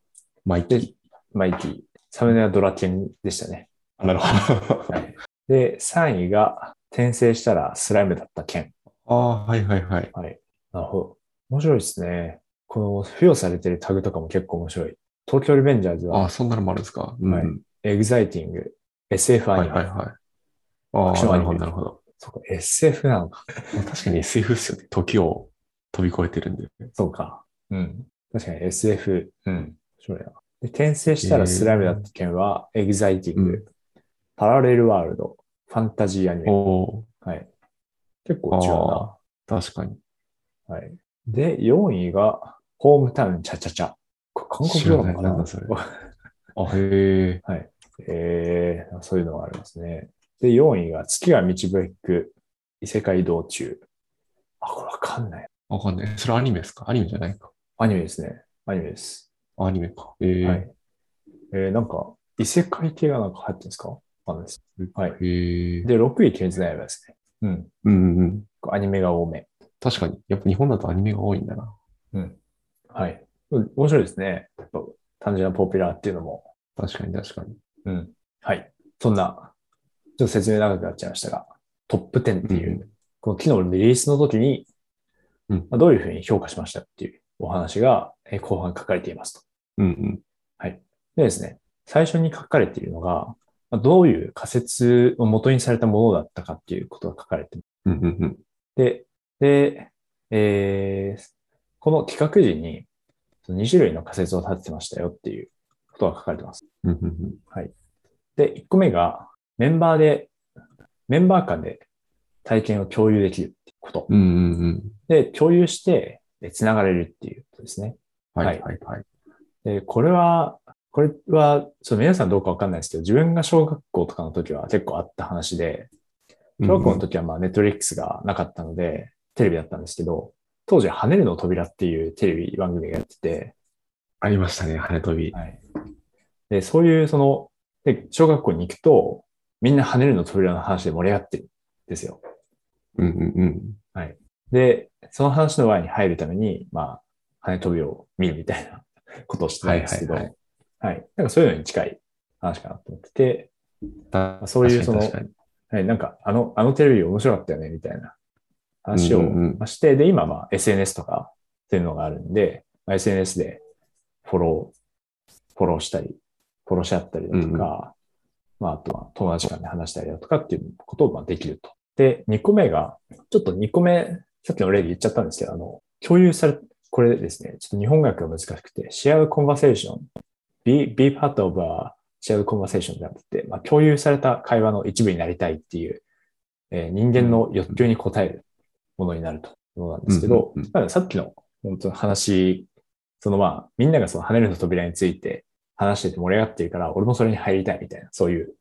Speaker 2: マイキー。
Speaker 1: マイキー。サムネはドラケンでしたね。
Speaker 2: あなるほど。
Speaker 1: はいで、3位が、転生したらスライムだった剣。
Speaker 2: ああー、はいはいはい。
Speaker 1: はい。なるほど。面白いですね。この付与されてるタグとかも結構面白い。東京リベンジャーズ
Speaker 2: あ
Speaker 1: は
Speaker 2: あ、、そんなのもあるんですか。うん
Speaker 1: はいエグザイティング、SF ア
Speaker 2: は
Speaker 1: ニ
Speaker 2: い
Speaker 1: メ。
Speaker 2: はいはい。あ
Speaker 1: アクショ
Speaker 2: あ、
Speaker 1: ンア
Speaker 2: な
Speaker 1: ニメ
Speaker 2: るほど、なるほど。
Speaker 1: そうか、SF なのか。
Speaker 2: まあ確かに SF っすよね。時を飛び越えてるんで。
Speaker 1: そうか。うん。確かに SF。うん。面白いな。で、転生したらスライムだった剣は、エグザイティング、
Speaker 2: う
Speaker 1: パラレルワールド、ファンタジーアニメ。
Speaker 2: お
Speaker 1: はい。結構
Speaker 2: お、
Speaker 1: 違うな。
Speaker 2: あー確かに。
Speaker 1: はい。で、4位が、ホームタウンチャチャチャ。これ韓国ドラマか
Speaker 2: 知
Speaker 1: な
Speaker 2: らないなんだそれあ、へえ。
Speaker 1: えー、そういうのがありますね。で、4位が、月が導く異世界道中。あ、これわかんない。
Speaker 2: わかんない。それアニメですかアニメじゃないか。
Speaker 1: アニメですね。アニメです。
Speaker 2: アニメか。ええ。
Speaker 1: はい。えー、なんか、異世界系がなんか入ってるんですかわかんないです。はい。
Speaker 2: へえ。
Speaker 1: で、6位、鬼滅の刃ですね。うん。
Speaker 2: うんうんうん。
Speaker 1: こうアニメが多め。
Speaker 2: 確かに。やっぱ日本だとアニメが多いんだな。
Speaker 1: うん。はい。うん面白いですね。やっぱ、単純なポピュラーっていうのも
Speaker 2: 確かに確かに。
Speaker 1: うん。はい。そんな、ちょっと説明長くなっちゃいましたが、トップ10っていう、
Speaker 2: うん
Speaker 1: この昨日のリリースの時に、
Speaker 2: うん
Speaker 1: まあ、どういうふうに評価しましたっていうお話が、えー後半書かれていますと。
Speaker 2: うんうん。
Speaker 1: でですね、最初に書かれているのが、まあどういう仮説を元にされたものだったかっていうことが書かれて
Speaker 2: うんうんうん。
Speaker 1: で、で、えーこの企画時にその2種類の仮説を立ててましたよっていうことが書かれてます。
Speaker 2: うんうんうん
Speaker 1: で、1個目が、メンバーで、メンバー間で体験を共有できるってこと。
Speaker 2: うんうんうん。
Speaker 1: で、共有して、え繋がれるっていうことですね。
Speaker 2: はいはいはい。
Speaker 1: で、これは、これは、ちょっと皆さんどうかわかんないですけど、自分が小学校とかの時は結構あった話で、小学校の時はまあネットフリックスがなかったので、テレビだったんですけど、当時、跳ねるの扉っていうテレビ番組がやってて、
Speaker 2: ありましたね、羽飛び。
Speaker 1: はい。で、そういう、その、で、小学校に行くと、みんな跳ねるの扉の話で盛り上がってるんですよ。
Speaker 2: うんうんうん。
Speaker 1: で、その話の輪に入るために、まあ、羽飛びを見るみたいなことをしてたんですけど、
Speaker 2: は
Speaker 1: はい
Speaker 2: はい
Speaker 1: なんかそういうのに近い話かなと思ってて、
Speaker 2: た
Speaker 1: そういうその
Speaker 2: 確かに
Speaker 1: はい、なんかあの、あのテレビ面白かったよね、みたいな話を
Speaker 2: うんうんうん
Speaker 1: まあして、で、今、まあ、SNS とかっていうのがあるんで、まあ SNS でフォロー、フォローしたり、フォローし合ったりだとか、
Speaker 2: うんうん
Speaker 1: まあ、あとは友達間で話したりだとかっていうことをまあできると。で、2個目が、ちょっと2個目、さっきの例で言っちゃったんですけど、あの、共有され、これですね、ちょっと日本語訳が難しくて、シェア conversation, be, be part of a shared conversation であって、まあ、共有された会話の一部になりたいっていう、えー人間の欲求に応えるものになるというものなんですけど、
Speaker 2: うんうんうん
Speaker 1: まあさっきの本当の話、そのまあ、みんながその跳ねるの扉について話してて盛り上がってるから、俺もそれに入りたいみたいな、そういう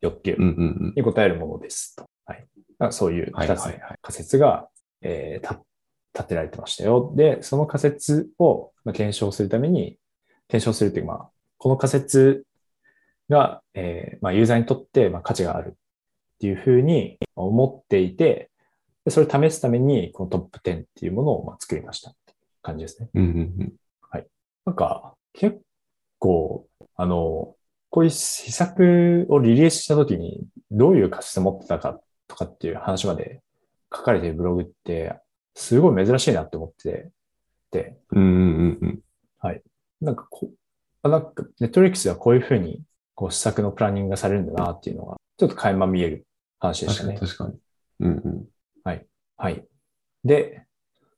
Speaker 1: 欲求
Speaker 2: うんうんうん。
Speaker 1: に応えるものですと。はい。まあそういう
Speaker 2: はい
Speaker 1: 2
Speaker 2: はい
Speaker 1: つ
Speaker 2: は
Speaker 1: の
Speaker 2: い。
Speaker 1: 仮説が、えーた立てられてましたよ。で、その仮説をまあ検証するために、検証するっていうか、まあ、この仮説が、えーまあ、ユーザーにとってまあ価値があるっていうふうに思っていて、でそれを試すために、このトップ10っていうものをまあ作りましたっていう感じですね。
Speaker 2: うんうん
Speaker 1: なんか、結構、あの、こういう施策をリリースしたときに、どういう仮説を持ってたかとかっていう話まで書かれてるブログって、すごい珍しいなって思ってて、
Speaker 2: うん。うんうんうんうん。
Speaker 1: なんかこう、あなんか、ネットフリックスはこういうふうに、こう、施策のプランニングがされるんだなっていうのが、ちょっと垣間見える話でし
Speaker 2: 確
Speaker 1: た
Speaker 2: かに
Speaker 1: ね。
Speaker 2: 確かに。うんうん。
Speaker 1: はい。で、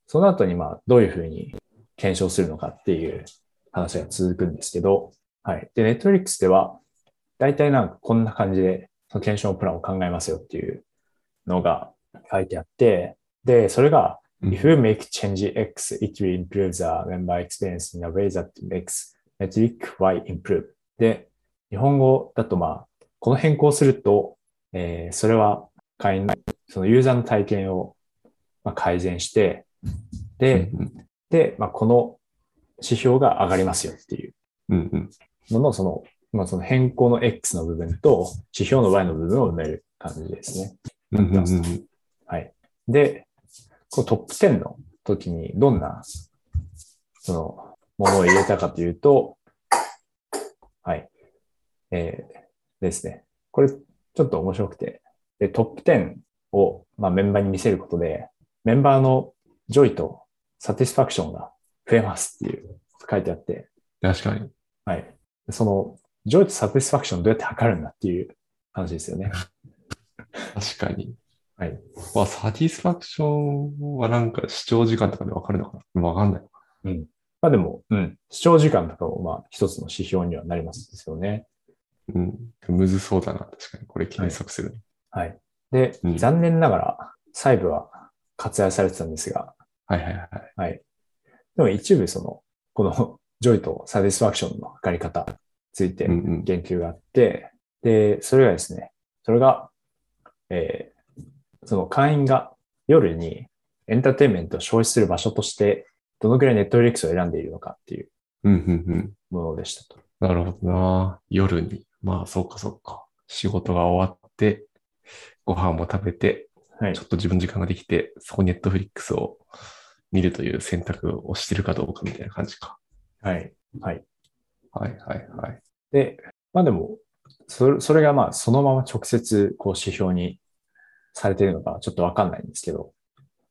Speaker 1: その後に、まあ、どういうふうに検証するのかっていう話が続くんですけど、はい。で、Netflix では、大体なんかこんな感じで、その検証プランを考えますよっていうのが書いてあって、で、それが、If you make change X, it will improve the member experience in a way that makes metric Y improve. で、日本語だとまあ、この変更すると、えーそれは会員の、そのユーザーの体験をまあ改善して、で、で、まあ、この指標が上がりますよっていう
Speaker 2: うんうん。
Speaker 1: のの、その、まあ、その変更の X の部分と指標の Y の部分を埋める感じですね。
Speaker 2: うんうんうん
Speaker 1: で、このトップ10の時にどんな、その、ものを入れたかというと、はい。えーですね。これ、ちょっと面白くて。で、トップ10を、まあ、メンバーに見せることで、メンバーのジョイとサティスファクションが増えますっていう書いてあって、
Speaker 2: 確かに。
Speaker 1: はい。その、ジョイとサティスファクションどうやって測るんだっていう話ですよね。
Speaker 2: 確かに。
Speaker 1: はい。
Speaker 2: まあ、サティスファクションはなんか視聴時間とかでわかるのかなわかんない。
Speaker 1: まあでも、うん、視聴時間とかもまあ一つの指標にはなりますですよね。
Speaker 2: うん。むずそうだな。確かに。これ検索する。
Speaker 1: はい。で、
Speaker 2: うん
Speaker 1: 残念ながら細部は割愛されてたんですが、
Speaker 2: はいはいはい。
Speaker 1: はい。でも一部その、この ジョイとサティスファクションの測り方について
Speaker 2: うんうん。
Speaker 1: 言及があって、で、それがですね、それが、えーその会員が夜にエンターテインメントを消費する場所として、どのくらいネットフリックスを選んでいるのかっていう
Speaker 2: うんうんうん。
Speaker 1: ものでしたと。
Speaker 2: なるほどな。夜に。まあ、そうかそうか。仕事が終わって、ご飯も食べて、
Speaker 1: はい
Speaker 2: ちょ。っと自分の時間ができて、そこネットフリックスを見るという選択をしてるかどうかみたいな感じか。
Speaker 1: はい。はい。
Speaker 2: はいはいはい。
Speaker 1: で、まあでも、それそれがまあそのまま直接こう指標にされているのかちょっとわかんないんですけど、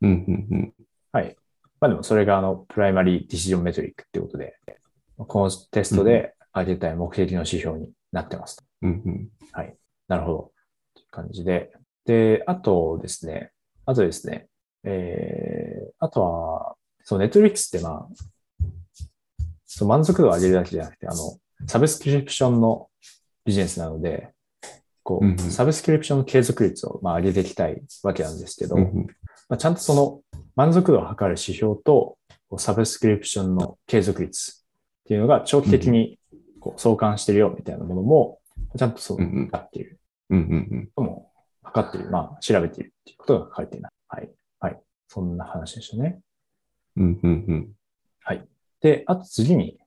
Speaker 2: うんうんうん。
Speaker 1: まあでもそれがあのプライマリーディシジョンメトリックってことで、このテストで上げたい目的の指標になってます。
Speaker 2: うんうん。
Speaker 1: なるほど。という感じで。で、あとですね、あとですね、えー、あとは、そう、ネットフリックスってまあ、そう満足度を上げるだけじゃなくて、あの、サブスクリプションのビジネスなので、こう、
Speaker 2: うんうん
Speaker 1: サブスクリプションの継続率をまあ上げていきたいわけなんですけど、
Speaker 2: うんうん
Speaker 1: まあ、ちゃんとその満足度を測る指標と、こうサブスクリプションの継続率っていうのが長期的にこう相関してるよみたいなものも、ちゃんとそう
Speaker 2: うんうん
Speaker 1: だっていう
Speaker 2: うんうん
Speaker 1: ことも測っている、まあ、調べているっていうことが書かれています。はい。はい。そんな話でしたね。
Speaker 2: うん。うんうんうん。
Speaker 1: で、あと次に、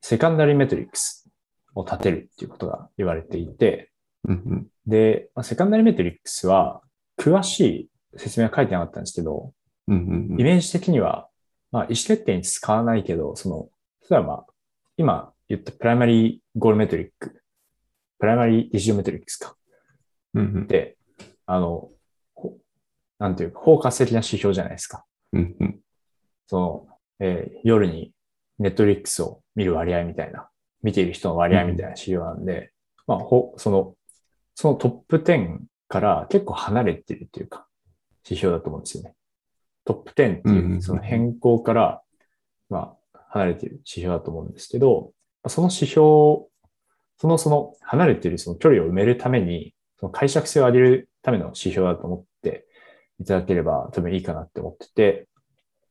Speaker 1: セカンダリーメトリックスを立てるっていうことが言われていて、
Speaker 2: うんうん。
Speaker 1: で、まあ、セカンダリーメトリックスは、詳しい説明は書いてなかったんですけど、
Speaker 2: うんうん
Speaker 1: イメージ的には、まあ、意思決定に使わないけど、その、例えばまあ、今言ったプライマリーゴールメトリック、プライマリーディシジョンメトリックスか。
Speaker 2: うんうん
Speaker 1: で、あの、ほなんていうか、包括的な指標じゃないですか。
Speaker 2: うんうん
Speaker 1: その、えー夜にネットリックスを見る割合みたいな、見ている人の割合みたいな指標なんで、まあ、ほ、その、そのトップ10から結構離れてるというか、指標だと思うんですよね。トップ10って
Speaker 2: うんうん
Speaker 1: いうう、
Speaker 2: ん
Speaker 1: その変更から、まあ、離れてる指標だと思うんですけど、まあその指標を、その、その、離れてるその距離を埋めるために、その解釈性を上げるための指標だと思っていただければ多分いいかなって思ってて、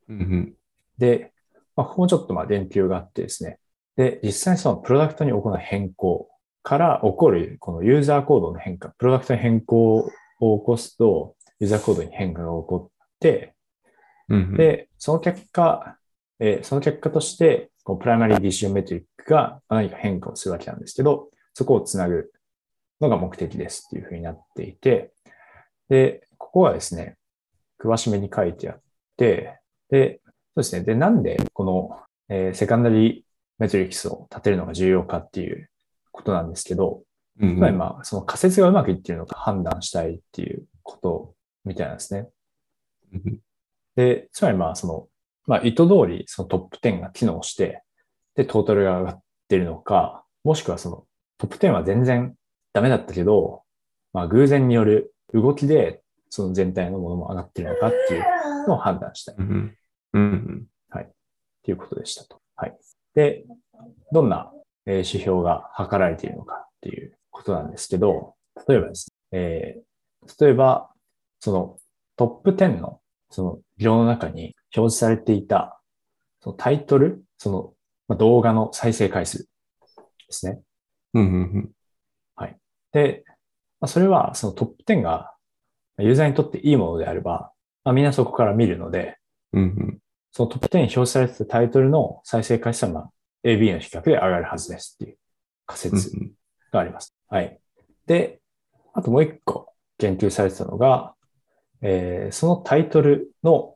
Speaker 2: うんうん。
Speaker 1: で、まあ、ここもちょっとまあ言及があってですね。で、実際にそのプロダクトに行う変更から起こるこのユーザー行動の変化、プロダクトに変更を起こすと、ユーザー行動に変化が起こって、
Speaker 2: うんうん、
Speaker 1: で、その結果、えーその結果として、こうプライマリーディシジョンメトリックがまあ何か変化をするわけなんですけど、そこをつなぐのが目的ですっていうふうになっていて、で、ここはですね、詳しめに書いてあって、で、そうですね。で、なんでこの、えーセカンダリーメトリックスを立てるのが重要かっていうことなんですけど、
Speaker 2: うん
Speaker 1: つまりまあ、その仮説がうまくいってるのか判断したいっていうことみたいなんですね
Speaker 2: うんうん。
Speaker 1: で、つまりまあ、その、まあ、意図通りそのトップ10が機能して、で、トータルが上がってるのか、もしくはそのトップ10は全然ダメだったけど、まあ、偶然による動きで、その全体のものも上がってるのかっていうのを判断したいっ
Speaker 2: うんうんうん
Speaker 1: ていうことでしたと。はい。で、どんなえー指標が測られているのかっていうことなんですけど、例えばですね、えー例えば、そのトップ10のその色の中に表示されていたそのタイトル、そのまあ動画の再生回数ですね。
Speaker 2: うんうん
Speaker 1: で、まあ、それはそのトップ10がまあユーザーにとっていいものであれば、まあ、みんなそこから見るので、
Speaker 2: うん。うんうん。
Speaker 1: そのトップ10に表示されてたタイトルの再生回数はまあ AB の比較で上がるはずですっていう仮
Speaker 2: うんう
Speaker 1: 説
Speaker 2: ん
Speaker 1: があります。はい。で、あともう一個言及されてたのが、えーそのタイトルの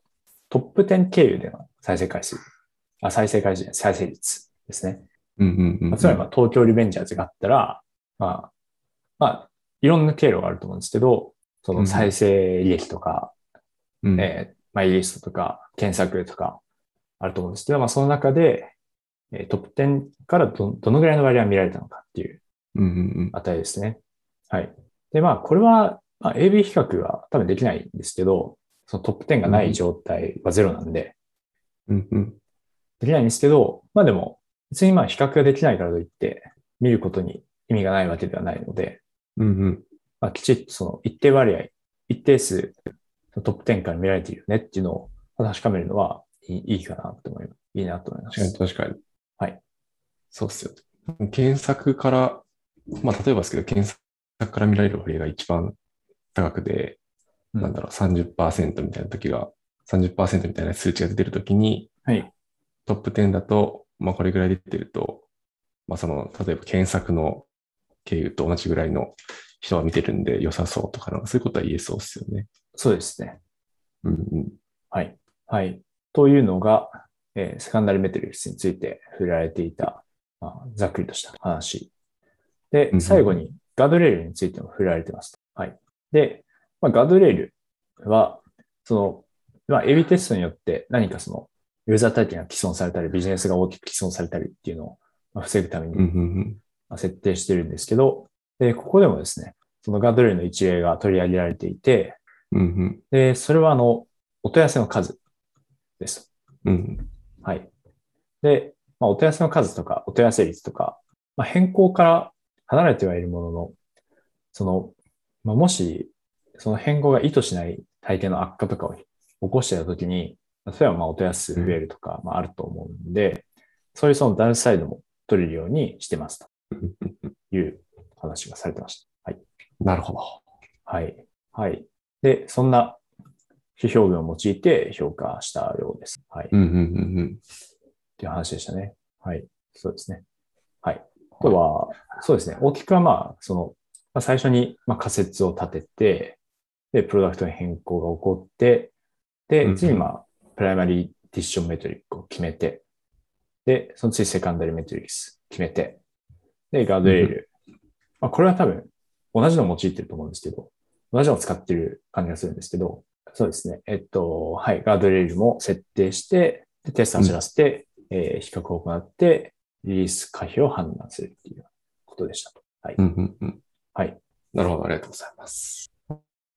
Speaker 1: トップ10経由での再生回数。あ再生回数じゃない、再生率ですね。
Speaker 2: うんうんうんう
Speaker 1: まあ
Speaker 2: ん。
Speaker 1: つまりまあ東京リベンジャーズがあったら、まあ、まあ、いろんな経路があると思うんですけど、その再生履歴とか、
Speaker 2: うん
Speaker 1: えーマイリストとか、検索とかあると思うんですけど、まあ、その中で、えートップ10からどどのぐらいの割合が見られたのかっていう
Speaker 2: うんうん
Speaker 1: 値ですね。はい。で、まあ、これは、まあ、AB 比較は多分できないんですけど、そのトップ10がない状態はゼロなんで、
Speaker 2: うん。うんうん。
Speaker 1: できないんですけど、まあでも、別にまあ比較ができないからといって、見ることに意味がないわけではないので、
Speaker 2: うんうん。
Speaker 1: まあ、きちっとその一定割合、一定数、トップ10から見られているよねっていうのを確かめるのはいいいいかなと思います。いいなと思いま
Speaker 2: 確かに
Speaker 1: す。
Speaker 2: 確かに。
Speaker 1: はい。
Speaker 2: そうっすよ。検索から、まあ例えばですけど、検索から見られる割合が一番高くで、
Speaker 1: うん
Speaker 2: なんだろう、30%みたいな時が、30%みたいな数値が出てる時に、
Speaker 1: はい。
Speaker 2: トップ10だと、まあこれぐらい出てると、まあその、例えば検索の経由と同じぐらいの人は見てるんで良さそうとか、なんかそういうことは言えそうっすよね。
Speaker 1: そうですね。
Speaker 2: うんうん。
Speaker 1: はい。はい。というのが、えーセカンダリメトリックスについて触れられていた、まあ、ざっくりとした話。で
Speaker 2: う、ん
Speaker 1: 最後にガードレールについても触れられてます。はい。で、まあ、ガードレールは、その、まあ、AB テストによって何かその、ユーザー体験が既存されたり、ビジネスが大きく既存されたりっていうのをまあ防ぐために
Speaker 2: うんうん
Speaker 1: まあ設定してるんですけど、で、ここでもですね、そのガードレールの一例が取り上げられていて、
Speaker 2: うん。うん
Speaker 1: で、それはあの、お問い合わせの数です。
Speaker 2: うん。うん
Speaker 1: はい。で、まあ、お問い合わせの数とか、お問い合わせ率とか、まあ、変更から離れてはいるものの、その、まあ、もし、その変更が意図しない体験の悪化とかを起こしてたときに、例えば、まあ、お問い合わせ数増えるとか、まあ、あると思うんで、そういうそのダウンサイドも取れるようにしてます
Speaker 2: うんうんうん。
Speaker 1: という話がされてました。はい。
Speaker 2: なるほど。
Speaker 1: はい。はい。で、そんな指標群を用いて評価したようです。はい。
Speaker 2: うんうんうんうん。
Speaker 1: っていう話でしたね。はい。そうですね。はい。あとは、そうですね。大きくはまあ、その、まあ、最初にまあ仮説を立てて、で、プロダクトに変更が起こって、
Speaker 2: うんう
Speaker 1: で、
Speaker 2: ん
Speaker 1: 次にまあ、プライマリーディッションメトリックを決めて、で、その次セカンダリーメトリックス決めて、で、ガードレール。まあ、これは多分、同じのを用いてると思うんですけど、同じのを使ってる感じがするんですけど、そうですね。えっと、はい、ガードレールも設定して、でテストを走らせて、えー比較を行って、リリース可否を判断するっていうことでしたと。
Speaker 2: うんうんうん。
Speaker 1: はい。
Speaker 2: なるほど、ありがとうございます。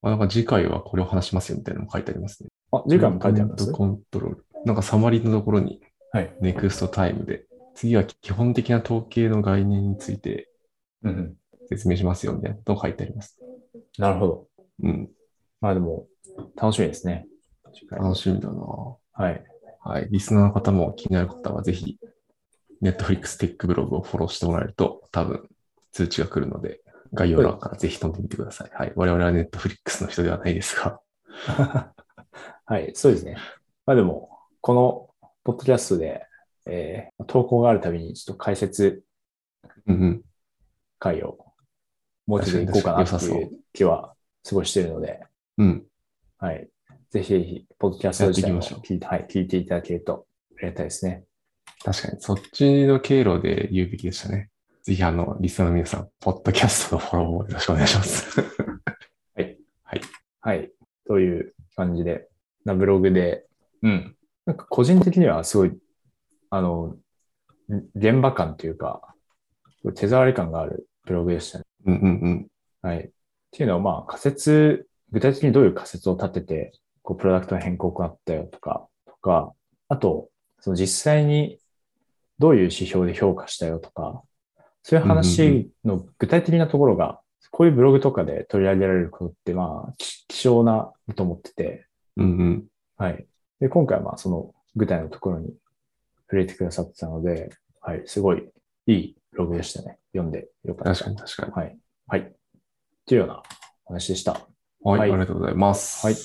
Speaker 2: あなんか次回はこれを話しますよみたいなのも書いてありますね。
Speaker 1: あ、次回も書いてあります
Speaker 2: コントロール。なんかサマリーのところに、
Speaker 1: はい。
Speaker 2: ネクストタイムで、次は基本的な統計の概念について
Speaker 1: うんうん。
Speaker 2: 説明しますよみたいなことを書いてあります。
Speaker 1: なるほど。
Speaker 2: うん、
Speaker 1: まあでも、楽しみですね。次回
Speaker 2: 楽しみだなは
Speaker 1: はい。
Speaker 2: い。リスナーの方も気になる方はぜひ、Netflix テックブログをフォローしてもらえると、多分通知が来るので、概要欄からぜひ飛んでみてください。はい。我々は Netflix の人ではないですが。
Speaker 1: はい、そうですね。まあでも、このポッドキャストで、えー投稿があるたびに、ちょっと解説
Speaker 2: うんうん。
Speaker 1: 会を設けていこうかなって
Speaker 2: 確か
Speaker 1: い
Speaker 2: に良さ
Speaker 1: う気はすごいしてるので、
Speaker 2: うん。
Speaker 1: はい。ぜひぜひ、ポッドキャスト自体も
Speaker 2: やっていきま
Speaker 1: 聞いて、はい、聞いていただけるとありがたいですね。
Speaker 2: 確かに、そっちの経路で言うべきでしたね。ぜひ、あの、リスナーの皆さん、ポッドキャストのフォローをよろしくお願いします。
Speaker 1: はい。という感じで、なブログで、うん。なんか個人的にはすごい、あの、ん現場感というか、手触り感があるブログでしたね。
Speaker 2: うんうん
Speaker 1: はい。っていうのは、まあ、仮説、具体的にどういう仮説を立てて、こう、プロダクトの変更があったよとか、とか、あと、その実際にどういう指標で評価したよとか、そういう話の具体的なところが、こういうブログとかで取り上げられることって、まあ、き希少なと思ってて、
Speaker 2: うんうん。
Speaker 1: はい。で、今回はまあ、その具体のところに触れてくださってたので、はい、すごいいいブログでしたね。読んでよかった。
Speaker 2: 確かに確かに。
Speaker 1: はい。はい。っていうようなお話でした。
Speaker 2: はい、
Speaker 1: はい
Speaker 2: ありがとうございます。
Speaker 1: はい。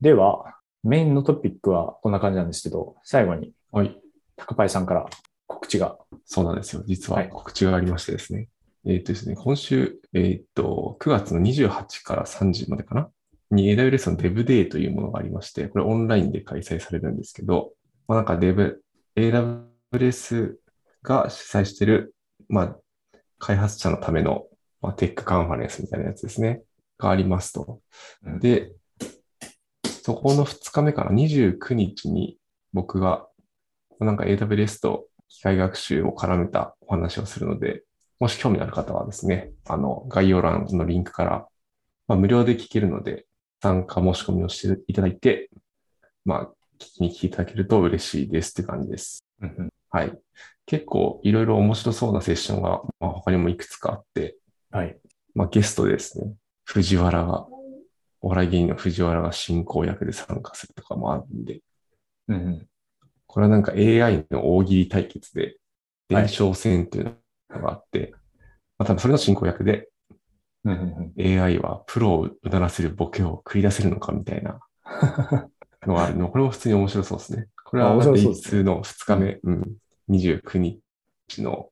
Speaker 1: では、メインのトピックはこんな感じなんですけど、最後に
Speaker 2: はい。
Speaker 1: タカパイさんから告知が。
Speaker 2: そうなんですよ。実
Speaker 1: は
Speaker 2: はい告知がありましてですね。えーっとですね、今週、えーっと、9月の28から30までかなに AWS の DevDay というものがありまして、これオンラインで開催されるんですけど、まあ、なんか Dev、AWS が主催してる、まあ、開発者のための、まあ、テックカンファレンスみたいなやつですね、がありますと。で、そこの2日目から29日に僕が、なんか AWS と機械学習を絡めたお話をするので、もし興味のある方はですね、あの、概要欄のリンクから、まあ、無料で聞けるので、参加申し込みをしていただいて、まあ、聞きに来ていただけると嬉しいですって感じです。はい。結構いろいろ面白そうなセッションが、まあ、他にもいくつかあって、
Speaker 1: はい。
Speaker 2: まあ、ゲストでですね、藤原が、お笑い芸人の藤原が進行役で参加するとかもあるんで、
Speaker 1: うんうん。
Speaker 2: これはなんか AI の大喜利対決で、
Speaker 1: はい
Speaker 2: 伝承戦というのがあって、まあ多分それの進行役で
Speaker 1: うんうんうん
Speaker 2: AI はプロをうならせるボケを繰り出せるのかみたい なのがあるの。これも普通に面白そうですね。これ
Speaker 1: あ
Speaker 2: は
Speaker 1: 面白そうですね
Speaker 2: D2 の2日目、うん、29日の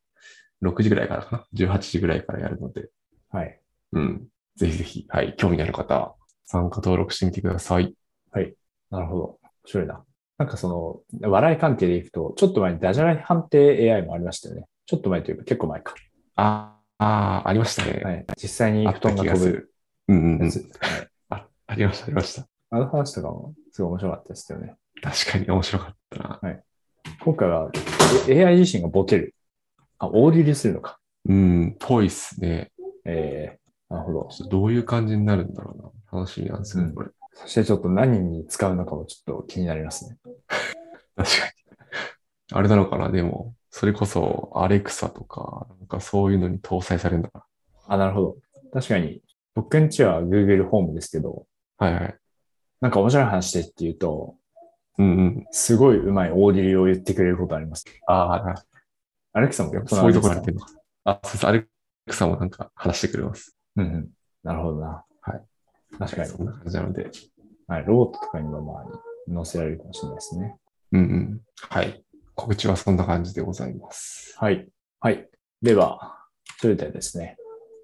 Speaker 2: 6時ぐらいからかな。18時ぐらいからやるので、
Speaker 1: はい。
Speaker 2: うん。ぜひぜひ、はい、興味のある方は参加登録してみてください。
Speaker 1: なるほど。面白いな。なんかその、笑い関係でいくと、ちょっと前にダジャレ判定 AI もありましたよね。ちょっと前というか結構前か。
Speaker 2: ああー、ありましたね。
Speaker 1: はい。実際に
Speaker 2: あ
Speaker 1: 布
Speaker 2: った
Speaker 1: 団が
Speaker 2: 気が
Speaker 1: 飛
Speaker 2: す
Speaker 1: ぶ
Speaker 2: る。うんうんう
Speaker 1: や
Speaker 2: ん
Speaker 1: つ。。はい
Speaker 2: あありました、ありました。
Speaker 1: あの話とかもすごい面白かったですよね。
Speaker 2: 確かに面白かったな。
Speaker 1: 今回はえ AI 自身がボケる。あ、大喜利するのか。
Speaker 2: うん、ぽいっすね。
Speaker 1: えー、なるほど。
Speaker 2: ちょっとどういう感じになるんだろうな。楽しみなんですよ
Speaker 1: う
Speaker 2: ね
Speaker 1: ん、
Speaker 2: これ。
Speaker 1: そしてちょっと何に使うのかもちょっと気になりますね。
Speaker 2: 確かに。あれなのかな、でも、それこそ、アレクサとか、なんかそういうのに搭載されるんだか
Speaker 1: あ、なるほど。確かに、僕んちは Google ホームですけど、
Speaker 2: ら。はいはい。
Speaker 1: なんか面白い話でって言うと、
Speaker 2: うんうん。
Speaker 1: すごいうまい大喜利を言ってくれることあります。
Speaker 2: ああ、
Speaker 1: アレクサも
Speaker 2: やっぱ
Speaker 1: そ
Speaker 2: そういうとこ
Speaker 1: な
Speaker 2: ろ
Speaker 1: ん
Speaker 2: やっ
Speaker 1: で
Speaker 2: て
Speaker 1: す
Speaker 2: るのか。あ、そうそう、アレクサもなんか話してくれます。
Speaker 1: かうんうん。なるほどな。
Speaker 2: は。
Speaker 1: 確かに。
Speaker 2: そんな感じなので。
Speaker 1: はい。ロボットとかにもまあ、載せられるかもしれないですね。
Speaker 2: うんうん。はい。告知はそんな感じでございます。
Speaker 1: はい。はい。では、それではですね、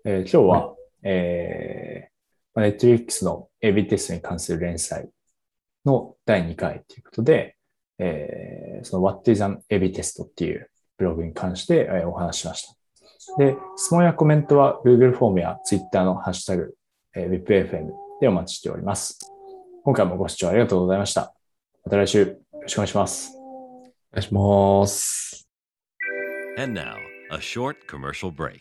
Speaker 1: えー今日は、えー、ネットリックスの AB テストに関する連載の第2回ということで、えーその What is an AB test っていうブログに関して、えーお話ししました。で、質問やコメントは Google フォームや Twitter のハッシュタグ、えー WIPFM でお待ちしております。今回もご視聴ありがとうございました。また来週よろしくお願いします。
Speaker 2: お願いします。
Speaker 3: And now, a short commercial break.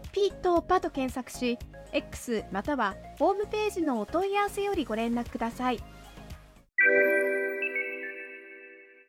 Speaker 4: ピートパと検索し、X またはホームページのお問い合わせよりご連絡ください。